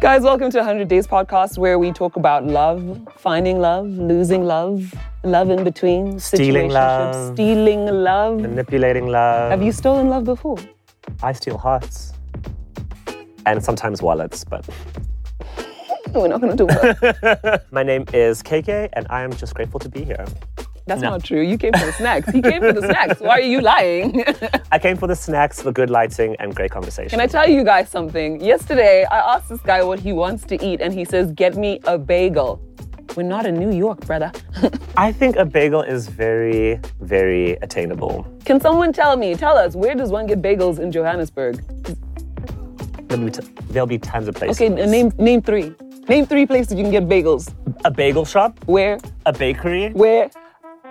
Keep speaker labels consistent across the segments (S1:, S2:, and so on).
S1: Guys, welcome to 100 Days Podcast, where we talk about love, finding love, losing love, love in between,
S2: Stealing
S1: situationships,
S2: love.
S1: stealing love.
S2: Manipulating love.
S1: Have you stolen love before?
S2: I steal hearts. And sometimes wallets, but
S1: We're not going to talk about
S2: my name is KK and I am just grateful to be here.
S1: That's not true. You came for the snacks. He came for the snacks. Why are you lying?
S2: I came for the snacks, the good lighting, and great conversation.
S1: Can I tell you guys something? Yesterday, I asked this guy what he wants to eat, and he says, Get me a bagel. We're not in New York, brother.
S2: I think a bagel is very, very attainable.
S1: Can someone tell me, tell us, where does one get bagels in Johannesburg?
S2: There'll be, t- there'll be tons of places.
S1: Okay, name, name three. Name three places you can get bagels.
S2: a bagel shop,
S1: Where?
S2: a bakery,
S1: Where?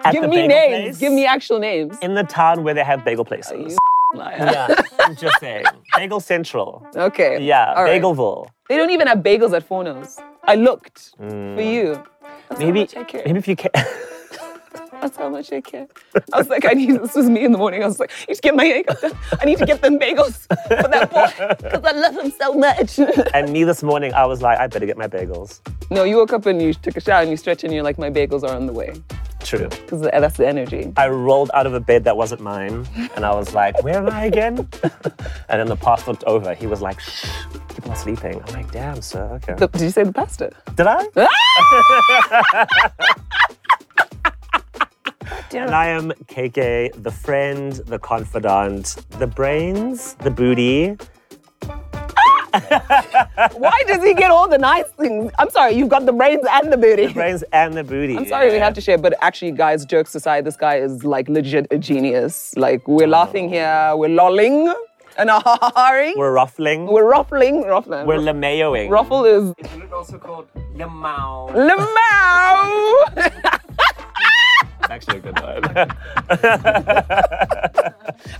S2: at
S1: Give
S2: the
S1: me
S2: bagel
S1: names.
S2: place,
S1: Give me actual names.
S2: in the town where they have bagel places.
S1: You liar.
S2: yeah, I'm just saying. Bagel Central.
S1: Okay.
S2: Yeah,
S1: All right.
S2: Bagelville.
S1: They don't even have bagels at Fornos. I looked for you. That's how
S2: Mm. Maybe,
S1: much I care.
S2: maybe if you can.
S1: That's how much I care. I was like, I need. This was me in the morning. I was like, I need to get my makeup done. I need to get them bagels for that boy because I love him so much.
S2: and me this morning, I was like, I better get my bagels.
S1: no, you woke up and you took a shower and you stretch and you're like, my bagels are on the way
S2: True.
S1: because that's the energy.
S2: I rolled out of a bed that wasn't mine, and I was like, "Where am I again?" and then the past looked over. He was like, "Shh, people are sleeping." I'm like, "Damn, sir. Okay."
S1: The- Ah! did you say the pasta?
S2: Did I?
S1: Damn.
S2: And I am KK, the friend, the confidant, the brains, the booty.
S1: Why does he get all the nice things? I'm sorry, you've got the brains and the booty.
S2: Brains and the booty.
S1: I'm sorry we have to share, but actually, guys, jokes aside, this guy is like legit a genius. Like we're laughing here, we're lolling and ahhing. We're,
S2: We're ruffling. We're,
S1: we're ruffling, ruffling.
S2: lameoing.
S1: ruffle is
S3: Isn't it also called Lemao?
S1: lemao.
S2: That's actually a good one.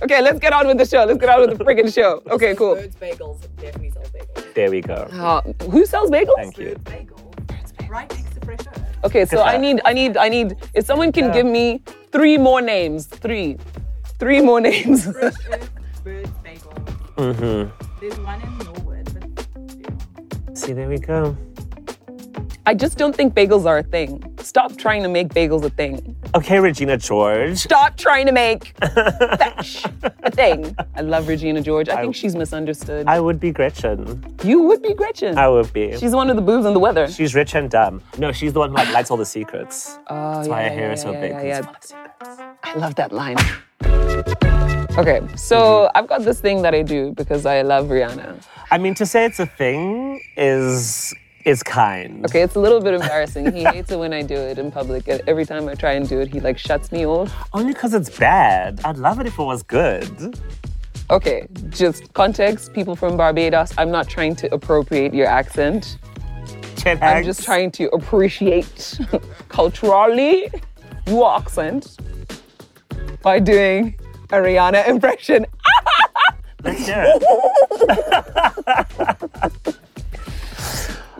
S1: okay, let's get on with the show. Let's get on with the freaking show. Okay, cool.
S4: Rhodes Bagels definitely sells bagels.
S2: there we go.
S1: Uh, who sells bagels?
S2: Thank you.
S4: Rhodes Bagels. Right next to Fresh Earth.
S1: Okay, so I need, I need, I need. If someone can give me three more names, three, three more names.
S4: Fresh Earth Rhodes Bagels. Mm-hmm. There's one in Norwood, but you know,
S2: See, there we go.
S1: I just don't think bagels are a thing. Stop trying to make bagels a thing.
S2: Okay, Regina George.
S1: stop trying to make fetch a thing. I love Regina George. I think she's misunderstood.
S2: I would be Gretchen.
S1: you would be Gretchen.
S2: I would be.
S1: she's one of the boobs in the weather.
S2: She's rich and dumb. No, she's the one who like, lights all the secrets.
S1: Oh,
S2: That's why her hair is so big. 'cause it's
S1: yeah. I love that line. Okay,
S2: Mm-hmm.
S1: so I've got this thing that I do because I love Rihanna.
S2: I mean, to say it's a thing is is kind.
S1: Okay, it's a little bit embarrassing. He hates it when I do it in public, and every time I try and do it, he like shuts me off.
S2: Only because it's bad. I'd love it if it was good.
S1: Okay, just context. People from Barbados. I'm not trying to appropriate your accent.
S2: Chet
S1: I'm just trying to appreciate culturally your accent by doing a Rihanna impression.
S2: Let's hear it.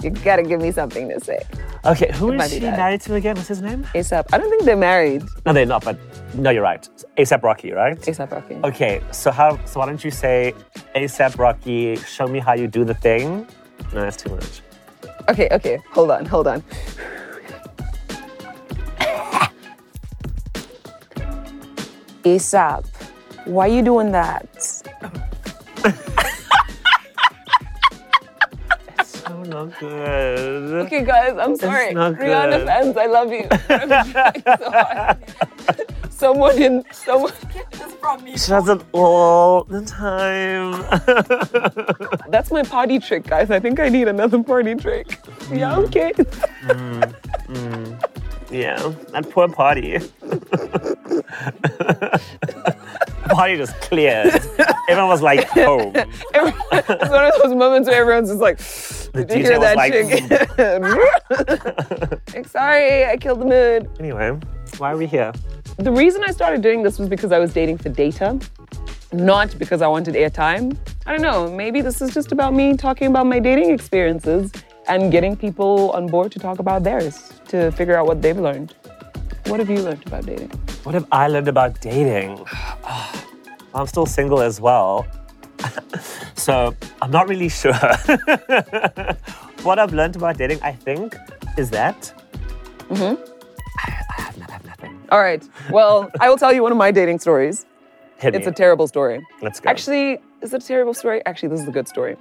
S1: You gotta give me something to say.
S2: Okay, who
S1: might
S2: is
S1: be
S2: she
S1: bad.
S2: married to again? What's his name?
S1: ASAP. I don't think they're married.
S2: No, they're not. But no, you're right. ASAP Rocky, right?
S1: ASAP Rocky.
S2: Okay, so how? So why don't you say ASAP Rocky? Show me how you do the thing. No, that's too much.
S1: Okay, okay. Hold on, hold on. ASAP. Why you doing that?
S2: So not good.
S1: Okay, guys, I'm sorry.
S2: not
S1: Rihanna
S2: good.
S1: fans, I love you. I'm trying so hard. Someone in someone
S4: get this from me.
S2: She does it all the time.
S1: That's my party trick, guys. I think I need another party trick. Yeah, okay.
S2: Yeah, that poor party. party just cleared. Everyone was like home.
S1: it's one of those moments where everyone's just like,
S2: The
S1: did you
S2: DJ
S1: hear
S2: was
S1: that
S2: like. "Mm,
S1: chick? like, sorry, I killed the mood.
S2: Anyway, why are we here?
S1: The reason I started doing this was because I was dating for data, not because I wanted airtime. I don't know, maybe this is just about me talking about my dating experiences and getting people on board to talk about theirs, to figure out what they've learned. What have you learned about dating?
S2: What have I learned about dating? I'm still single as well. so I'm not really sure what I've learned about dating, I think, is that I, I have, I have nothing.
S1: All right. Well, I will tell you one of my dating stories.
S2: Hit
S1: It's
S2: me.
S1: a terrible story.
S2: Let's go.
S1: Actually, is it a terrible story? Actually, this is a good story.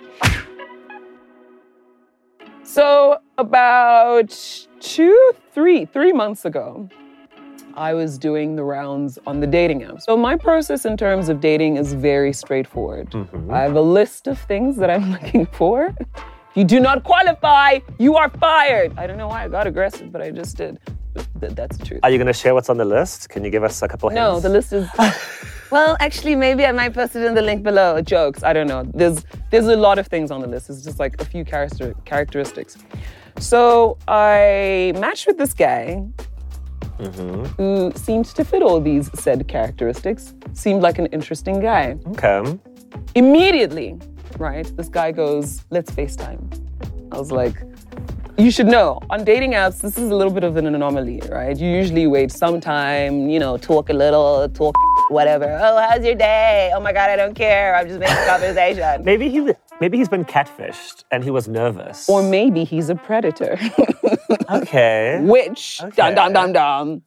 S1: So, about two, three, three months ago, I was doing the rounds on the dating app. So, my process in terms of dating is very straightforward.
S2: Mm-hmm.
S1: I have a list of things that I'm looking for. If you do not qualify, you are fired. I don't know why I got aggressive, but I just did. Th- That's the truth.
S2: Are you going to share what's on the list? Can you give us a couple hints?
S1: No, the list is. well, actually, maybe I might post it in the link below. Jokes. I don't know. There's there's a lot of things on the list. It's just like a few character characteristics. So I matched with this guy who seemed to fit all these said characteristics. Seemed like an interesting guy.
S2: Okay.
S1: Immediately, right? This guy goes, "Let's FaceTime." I was like. You should know on dating apps, this is a little bit of an anomaly, right? You usually wait some time, you know, talk a little, talk whatever. Oh, how's your day? Oh my God, I don't care. I'm just making conversation.
S2: Maybe he maybe he's been catfished and he was nervous.
S1: or maybe he's a predator,
S2: okay.
S1: which, dum, dum, dum, dum.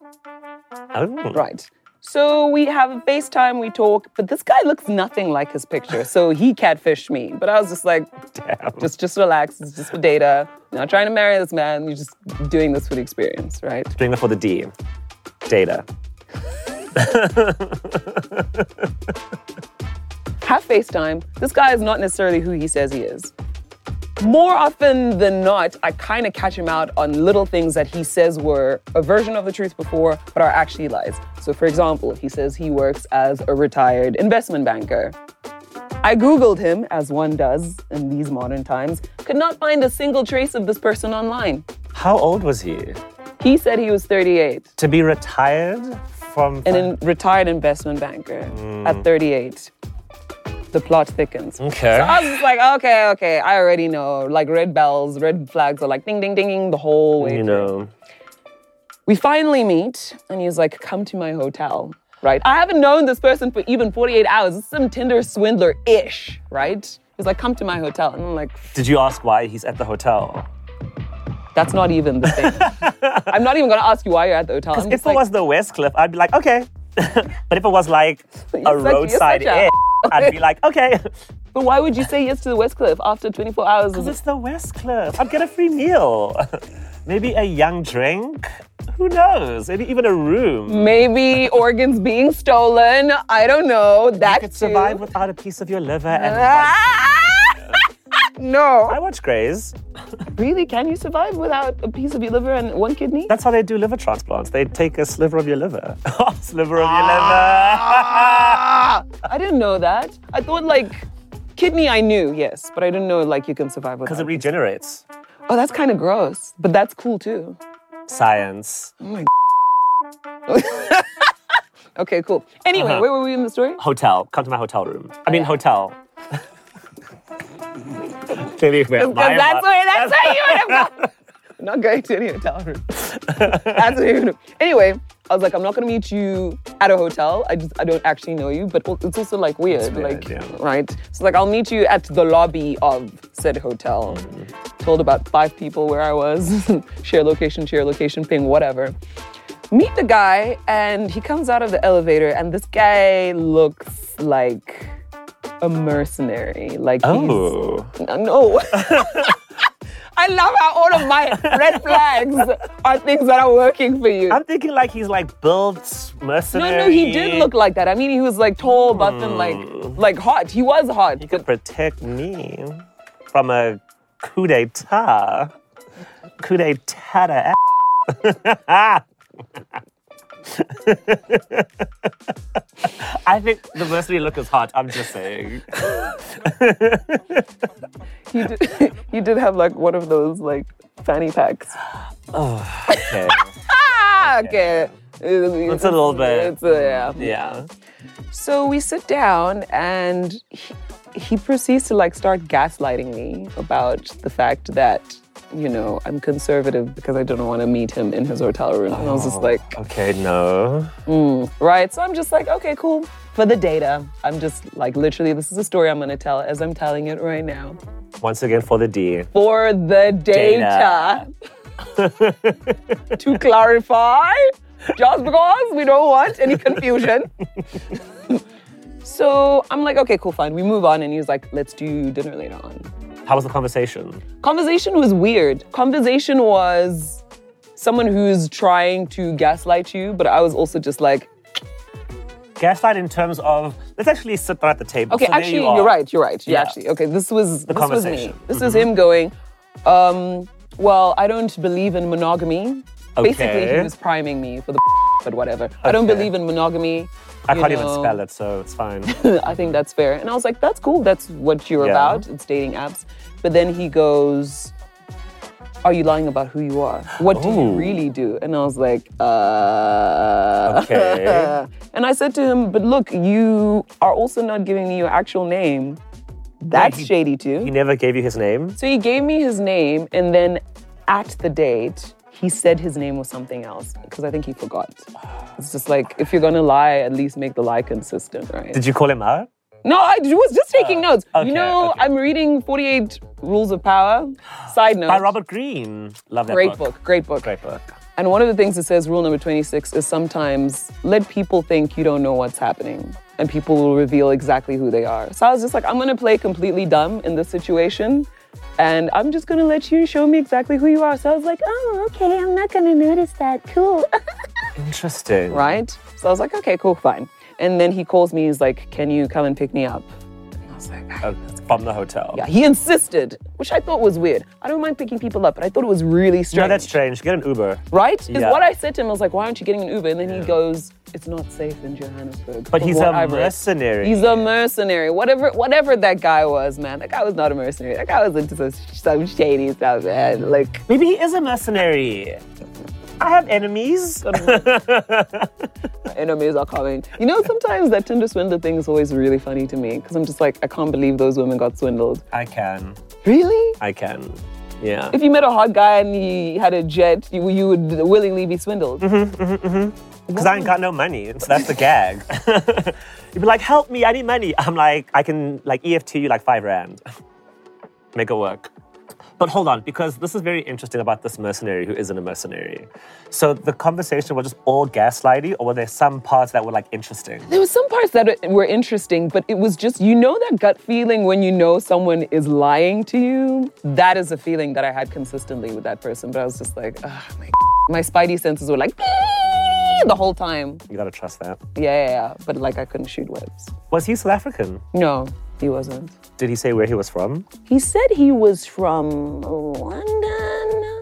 S2: Oh.
S1: Right. So we have a FaceTime, we talk, but this guy looks nothing like his picture. So he catfished me. But I was just like,
S2: Damn.
S1: just just relax, it's just for data. Not trying to marry this man, you're just doing this for the experience, right?
S2: Doing that for the D. Data.
S1: have FaceTime, this guy is not necessarily who he says he is. More often than not, I kind of catch him out on little things that he says were a version of the truth before, but are actually lies. So, for example, he says he works as a retired investment banker. I Googled him, as one does in these modern times, could not find a single trace of this person online.
S2: How old was he?
S1: He said he was 38
S2: To be retired from
S1: and a retired investment banker
S2: Mm.
S1: at 38. The plot thickens.
S2: Okay.
S1: So I was just like, okay, okay, I already know. Like red bells, red flags are like ding, ding, ding, ding the whole way.
S2: you know.
S1: We finally meet, and he's like, come to my hotel, right? I haven't known this person for even 48 hours. It's some Tinder swindler ish, right? He's like, come to my hotel. And I'm like,
S2: Did you ask why he's at the hotel?
S1: that's not even the thing. I'm not even gonna ask you why you're at the hotel. I'm
S2: If
S1: just
S2: it
S1: like,
S2: was the West Cliff, I'd be like, okay. but if it was like a
S1: you're
S2: roadside
S1: such a-
S2: inn, I'd be like, okay.
S1: but why would you say yes to the Westcliff after 24 hours? of
S2: It's the West Cliff. I'd get a free meal. Maybe a young drink. Who knows? Maybe even a room.
S1: Maybe organs being stolen. I don't know. That
S2: I could survive
S1: too.
S2: without a piece of your liver and
S1: Ah! no.
S2: I watch Grays.
S1: Really? Can you survive without a piece of your liver and one kidney?
S2: That's how they do liver transplants. They take a sliver of your liver. Half sliver of your liver.
S1: I didn't know that. I thought like kidney I knew, yes, but I didn't know like you can survive
S2: Because
S1: without.
S2: it regenerates.
S1: oh, that's kind of gross, but that's cool too. Oh
S2: Science.
S1: Okay, cool. Anyway,
S2: Uh-huh.
S1: where were we in the story?
S2: Hotel. Come to my hotel room. I mean, hotel. Clearly, where my-
S1: Because Oh, that's where that's where you would have gone. I'm not going to any hotel room. that's where you would have. Anyway, I was like, I'm not gonna meet you at a hotel. I just I don't actually know you, but it's also like weird,
S2: weird,
S1: like
S2: yeah.
S1: right. So like I'll meet you at the lobby of said hotel.
S2: Mm-hmm.
S1: Told about five people where I was, share location, share location, ping, whatever. Meet the guy, and he comes out of the elevator, and this guy looks like a mercenary. Like he's
S2: Oh.
S1: no, no. I love how all of my red flags are things that are working for you.
S2: I'm thinking like he's like built
S1: no,
S2: mercenary.
S1: no, he did look like that. I mean, he was like tall, buff, and like like hot. He was hot.
S2: Hmm. He could protect me from a coup d'etat. Coup d'etat. a- I think the mercenary look is hot. I'm just saying.
S1: He did, he did have like one of those like fanny packs.
S2: Okay.
S1: Ah, okay. It's
S2: a little bit.
S1: It's a, yeah.
S2: Yeah.
S1: So we sit down, and he, he proceeds to like start gaslighting me about the fact that you know, I'm conservative because I don't want to meet him in his hotel room. And I was just like,
S2: Okay, no.
S1: right. So I'm just like, okay, cool. For the data, I'm just like, literally, this is a story I'm going to tell as I'm telling it right now.
S2: Once again, for the D.
S1: For the data, to clarify, just because we don't want any confusion. so I'm like, okay, cool, fine. We move on. And he was like, let's do dinner later on.
S2: How was the conversation?
S1: Conversation was weird. Conversation was someone who's trying to gaslight you, but I was also just like,
S2: Gaslight in terms of let's actually sit down at the table.
S1: okay,
S2: So there
S1: actually,
S2: you
S1: you
S2: are.
S1: are right, you're right. Yeah,
S2: Yeah.
S1: actually, okay, this was this was me.
S2: conversation. Mm-hmm.
S1: This was him going, um, well, I don't believe in monogamy. Basically, he
S2: Okay.
S1: was priming me for the but whatever. I don't
S2: Okay.
S1: believe in monogamy.
S2: I
S1: you
S2: can't even
S1: know.
S2: spell it, so it's fine.
S1: I think that's fair. And I was like, that's cool. That's what you're
S2: Yeah.
S1: about. It's dating apps. But then he goes, are you lying about who you are? What do you
S2: Ooh.
S1: really do? And I was like, uh.
S2: Okay.
S1: and I said to him, but look, you are also not giving me your actual name. That's
S2: he-
S1: shady too.
S2: he never gave you his name.
S1: so he gave me his name, and then at the date, he said his name was something else because I think he forgot. It's just like, if you're gonna lie, at least make the lie consistent, right?
S2: Did you call him out?
S1: No, I j- was just taking notes.
S2: okay,
S1: you know,
S2: okay.
S1: I'm reading 48 Rules of Power. Side note.
S2: By Robert Greene. Love that
S1: Great
S2: book.
S1: book, great book.
S2: Great book.
S1: And one of the things it says, rule number 26, is sometimes let people think you don't know what's happening and people will reveal exactly who they are. So I was just like, I'm gonna play completely dumb in this situation and I'm just gonna let you show me exactly who you are. So I was like, oh, okay, I'm not gonna notice that. Cool.
S2: Interesting.
S1: right? So I was like, okay, cool, fine. And then he calls me, he's like, can you come and pick me up? And I was like, "Ah,
S2: Uh, from the hotel.
S1: Yeah, he insisted, which I thought was weird. I don't mind picking people up, but I thought it was really strange.
S2: No, that's strange. Get an Uber.
S1: right? Is
S2: Yeah.
S1: what I said to him. I was like, "Why aren't you getting an Uber?" And then he goes, "It's not safe in Johannesburg."
S2: But
S1: from
S2: he's
S1: what
S2: a
S1: I've read."
S2: mercenary.
S1: He's a mercenary. Whatever, whatever that guy was, man. That guy was not a mercenary. That guy was into some, some shady stuff, man. Like,
S2: Maybe he is a mercenary. I have enemies.
S1: enemies are coming. You know, sometimes that Tinder swindler thing is always really funny to me because I'm just like, I can't believe those women got swindled.
S2: I can.
S1: Really?
S2: I can. Yeah.
S1: If you met a hot guy and he had a jet, you, you would willingly be swindled.
S2: Because I ain't got no money. So that's the gag. You'd be like, help me, I need money. I'm like, I can like EFT you like five rand. Make it work. But hold on, because this is very interesting about this mercenary who isn't a mercenary. So the conversation was just all gaslighty, or were there some parts that were like interesting?
S1: There were some parts that were interesting, but it was just, you know, that gut feeling when you know someone is lying to you? That is a feeling that I had consistently with that person, but I was just like, oh my. My spidey senses were like the whole time.
S2: You gotta trust that.
S1: Yeah, yeah, yeah. But like I couldn't shoot webs.
S2: Was he South African?
S1: No, he wasn't.
S2: Did he say where he was from?
S1: He said he was from London.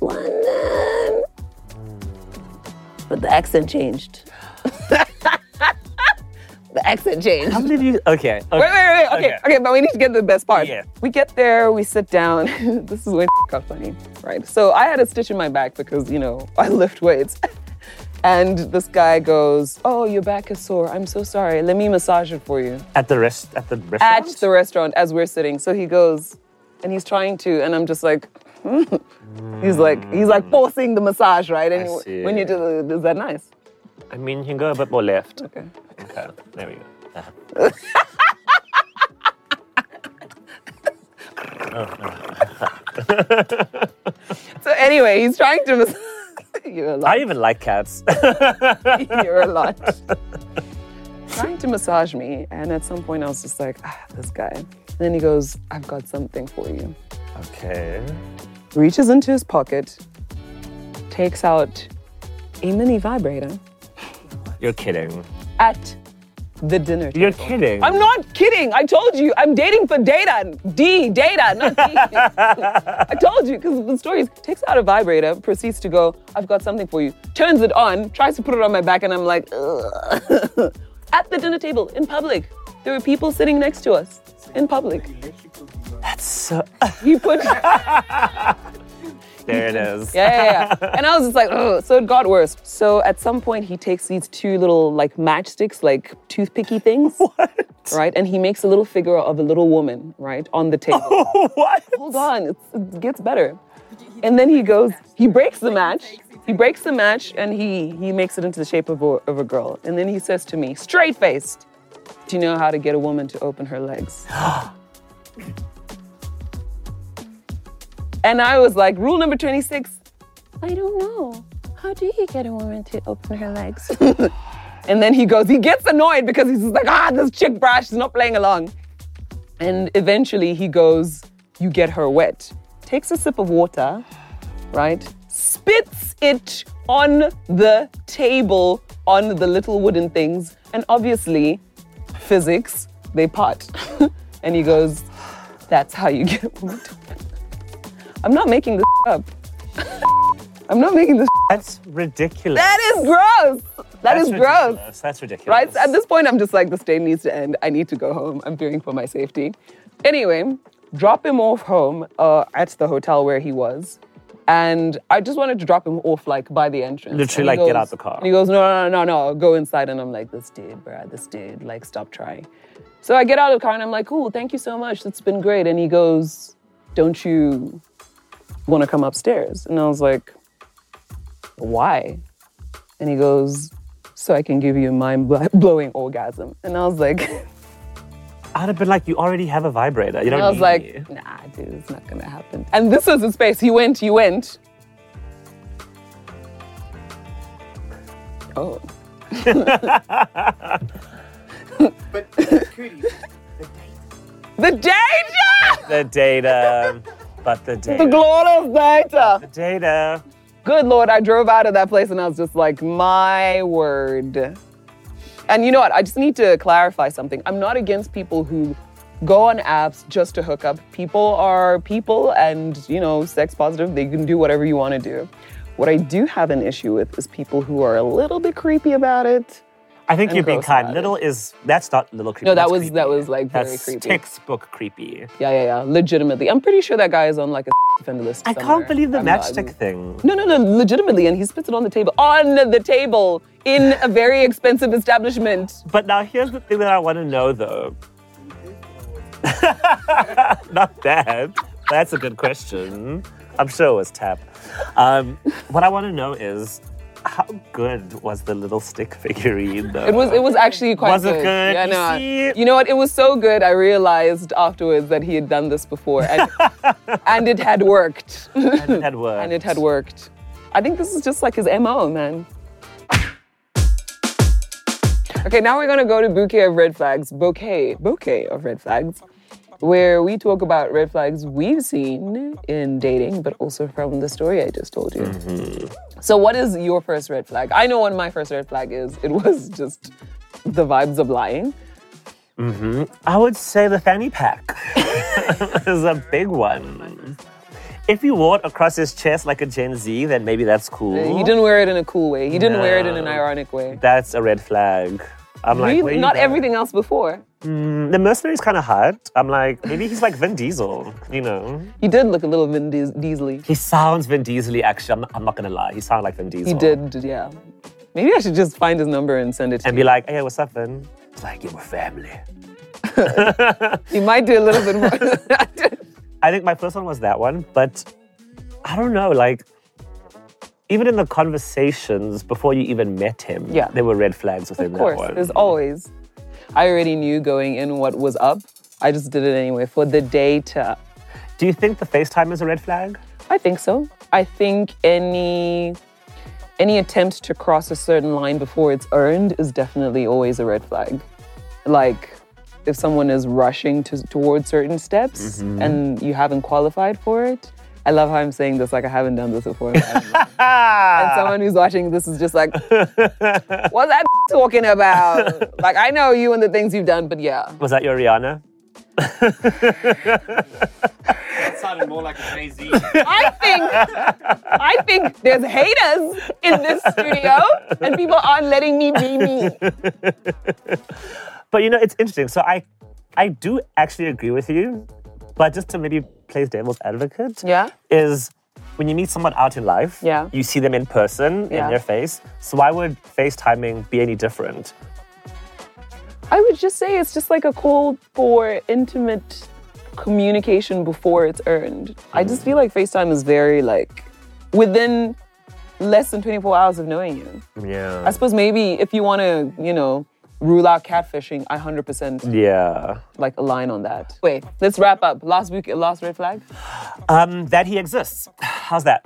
S1: London. But the accent changed. the accent changed.
S2: I believe you. Okay. okay.
S1: Wait, wait, wait. Okay, okay, but we need to get to the best part.
S2: Yeah.
S1: We get there, we sit down. this is when got funny, right? So I had a stitch in my back because, you know, I lift weights. and this guy goes, Oh, your back is sore. I'm so sorry. Let me massage it for you
S2: At the rest. At the restaurant.
S1: at the restaurant as we're sitting. So he goes, and he's trying to, and I'm just like, he's like, he's like forcing the massage, right? And
S2: see.
S1: when you do, the, is that nice?
S2: I mean, you can go a bit more left.
S1: Okay.
S2: Okay. There we go.
S1: So anyway, he's trying to. Mass- you're a lot.
S2: I even like cats.
S1: you're a lot. trying to massage me, and at some point I was just like, ah, this guy. And then he goes, I've got something for you.
S2: okay.
S1: Reaches into his pocket, takes out a mini vibrator
S2: You're kidding.
S1: at the dinner table.
S2: You're kidding.
S1: I'm not kidding. I told you. I'm dating for data. D, data, not D. I told you because the story is takes out a vibrator, proceeds to go, I've got something for you, turns it on, tries to put it on my back, and I'm like, "Ugh." at the dinner table, in public. There were people sitting next to us in public.
S2: so,
S1: He put
S2: There it is.
S1: Yeah, yeah, yeah. and I was just like, Ugh. so it got worse. So at some point, he takes these two little like matchsticks, like toothpicky things,
S2: What?
S1: right? And he makes a little figure of a little woman, right, on the table.
S2: what?
S1: Hold on, it's, it gets better. And then he goes, he breaks the match. He breaks the match and he he makes it into the shape of a, of a girl. And then he says to me, straight faced, "Do you know how to get a woman to open her legs?" and I was like, rule number twenty six. I don't know. How do you get a woman to open her legs? and then he goes, he gets annoyed because he's just like, ah, this chick brash is not playing along. And eventually he goes, You get her wet. Takes a sip of water, right? Spits it on the table, on the little wooden things. And obviously, physics, they part. and he goes, That's how you get a woman to-" I'm not making this up. I'm not making this.
S2: That's ridiculous.
S1: That is gross. That's
S2: That's
S1: gross.
S2: ridiculous. That's ridiculous.
S1: Right? At this point, I'm just like, this day needs to end. I need to go home. I'm fearing for my safety. Anyway, drop him off home uh, at the hotel where he was. And I just wanted to drop him off like by the entrance.
S2: Literally,
S1: And he
S2: like, get out the car.
S1: And he goes, no, no, no, no, no, go inside. And I'm like, this dude, bruh, this dude, like, stop trying. So I get out of the car and I'm like, cool, thank you so much. It's been great. And he goes, don't you want to come upstairs? And I was like, why? And he goes, so I can give you a mind bl- blowing orgasm. And I was like,
S2: I'd have been like, you already have a vibrator. You don't
S1: I was
S2: need me.
S1: like, nah, dude, it's not gonna happen. And this was the space. He went, he went. Oh,
S3: But Cootie,
S1: the danger,
S2: the data, but the data.
S1: the glorious danger.
S2: data.
S1: Good lord, I drove out of that place and I was just like, my word. And you know what? I just need to clarify something. I'm not against people who go on apps just to hook up. People are people and, you know, sex positive. They can do whatever you want to do. What I do have an issue with is people who are a little bit creepy about it.
S2: I think
S1: I'm
S2: you're being
S1: gross
S2: kind.
S1: about
S2: Little is that's not little creepy.
S1: No, that
S2: that's
S1: was
S2: creepy.
S1: that was like very
S2: that's
S1: creepy.
S2: textbook creepy.
S1: Yeah, yeah, yeah. Legitimately. I'm pretty sure that guy is on like a offender list.
S2: I
S1: somewhere.
S2: can't believe the
S1: I'm not-
S2: matchstick thing.
S1: No, no, no, legitimately. And he spits it on the table. On the table in a very expensive establishment.
S2: But now here's the thing that I want to know though. Not that. That's a good question. I'm sure it was tap. Um, what I want to know is how good was the little stick figurine though?
S1: It was it was actually quite
S2: Was it
S1: good.
S2: good?
S1: Yeah,
S2: You
S1: no.
S2: see?
S1: You know what? It was so good I realized afterwards that he had done this before and and it had worked.
S2: and it had worked.
S1: and it had worked. I think this is just like his MO, man. Okay, now we're gonna go to bouquet of red flags, bouquet, bouquet of red flags, where we talk about red flags we've seen in dating, but also from the story I just told you.
S2: Mm-hmm.
S1: So, what is your first red flag? I know what my first red flag is. It was just the vibes of lying.
S2: I would say the fanny pack is a big one. If you wore it across his chest like a Gen Z, then maybe that's cool.
S1: He didn't wear it in a cool way. He didn't wear it in an
S2: No.
S1: ironic way.
S2: That's a red flag. I'm like,
S1: Really?
S2: where you
S1: not
S2: going?
S1: everything else before.
S2: The mercenary's kind of hot. I'm like, maybe he's like Vin Diesel, you know?
S1: He did look a little Vin Dies- Diesely.
S2: He sounds Vin Diesel actually. I'm not, I'm not gonna lie. He sounded like Vin Diesel.
S1: He did, did- yeah. Maybe I should just find his number and send it to
S2: And be
S1: you.
S2: like, hey, what's up, Vin? It's like, you're family.
S1: He might do a little bit more.
S2: I think my first one was that one, but I don't know, like, even in the conversations before you even met him,
S1: Yeah.
S2: there were red flags within
S1: of course,
S2: that one.
S1: there's always. I already knew going in what was up. I just did it anyway for the data.
S2: Do you think the FaceTime is a red flag?
S1: I think so. I think any any attempt to cross a certain line before it's earned is definitely always a red flag. Like if someone is rushing to, towards certain steps
S2: Mm-hmm.
S1: and you haven't qualified for it. I love how I'm saying this like I haven't done this before. in my life.
S2: Ah!
S1: And someone who's watching this is just like, what's that talking about? Like, I know you and the things you've done, but yeah.
S2: Was that your Rihanna?
S3: that sounded more like a Jay Z.
S1: I think, I think there's haters in this studio, and people aren't letting me be me.
S2: But you know, it's interesting. So I, I do actually agree with you, but just to maybe play devil's advocate,
S1: Yeah.
S2: is when you meet someone out in life,
S1: Yeah.
S2: you see them in person
S1: Yeah.
S2: in their face. So why would FaceTiming be any different?
S1: I would just say it's just like a call for intimate communication before it's earned. I just feel like FaceTime is very like within less than 24 hours of knowing you.
S2: Yeah.
S1: I suppose maybe if you want to, you know, rule out catfishing, I 100%
S2: yeah.
S1: like align on that. Wait, let's wrap up. Last week, last red flag.
S2: Um, that he exists. How's that?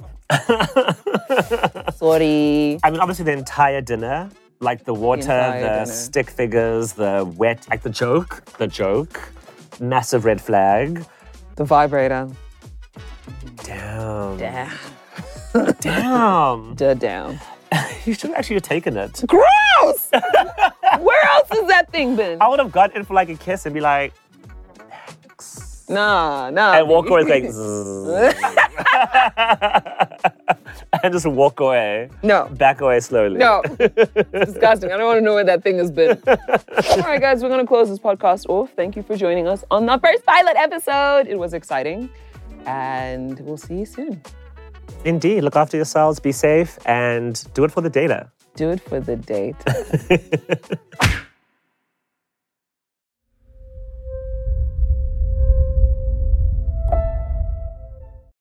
S1: Sorry.
S2: I mean, obviously the entire dinner, like the water,
S1: entire
S2: the,
S1: dinner.
S2: stick figures, the wet, like the joke, the joke, massive red flag.
S1: The vibrator.
S2: Damn.
S1: Yeah.
S2: Damn.
S1: Da down.
S2: You should have actually taken it.
S1: Gross! Where else has that thing been?
S2: I would have gone in for like a kiss and be like,
S1: Nah, nah.
S2: and walk
S1: baby.
S2: away like, and just walk away,
S1: No.
S2: back away slowly.
S1: No. Disgusting. I don't want to know where that thing has been. All right, guys, we're going to close this podcast off. Thank you for joining us on the first pilot episode. It was exciting. And we'll see you soon.
S2: Indeed, look after yourselves, be safe, and do it for the data.
S1: Do it for the date.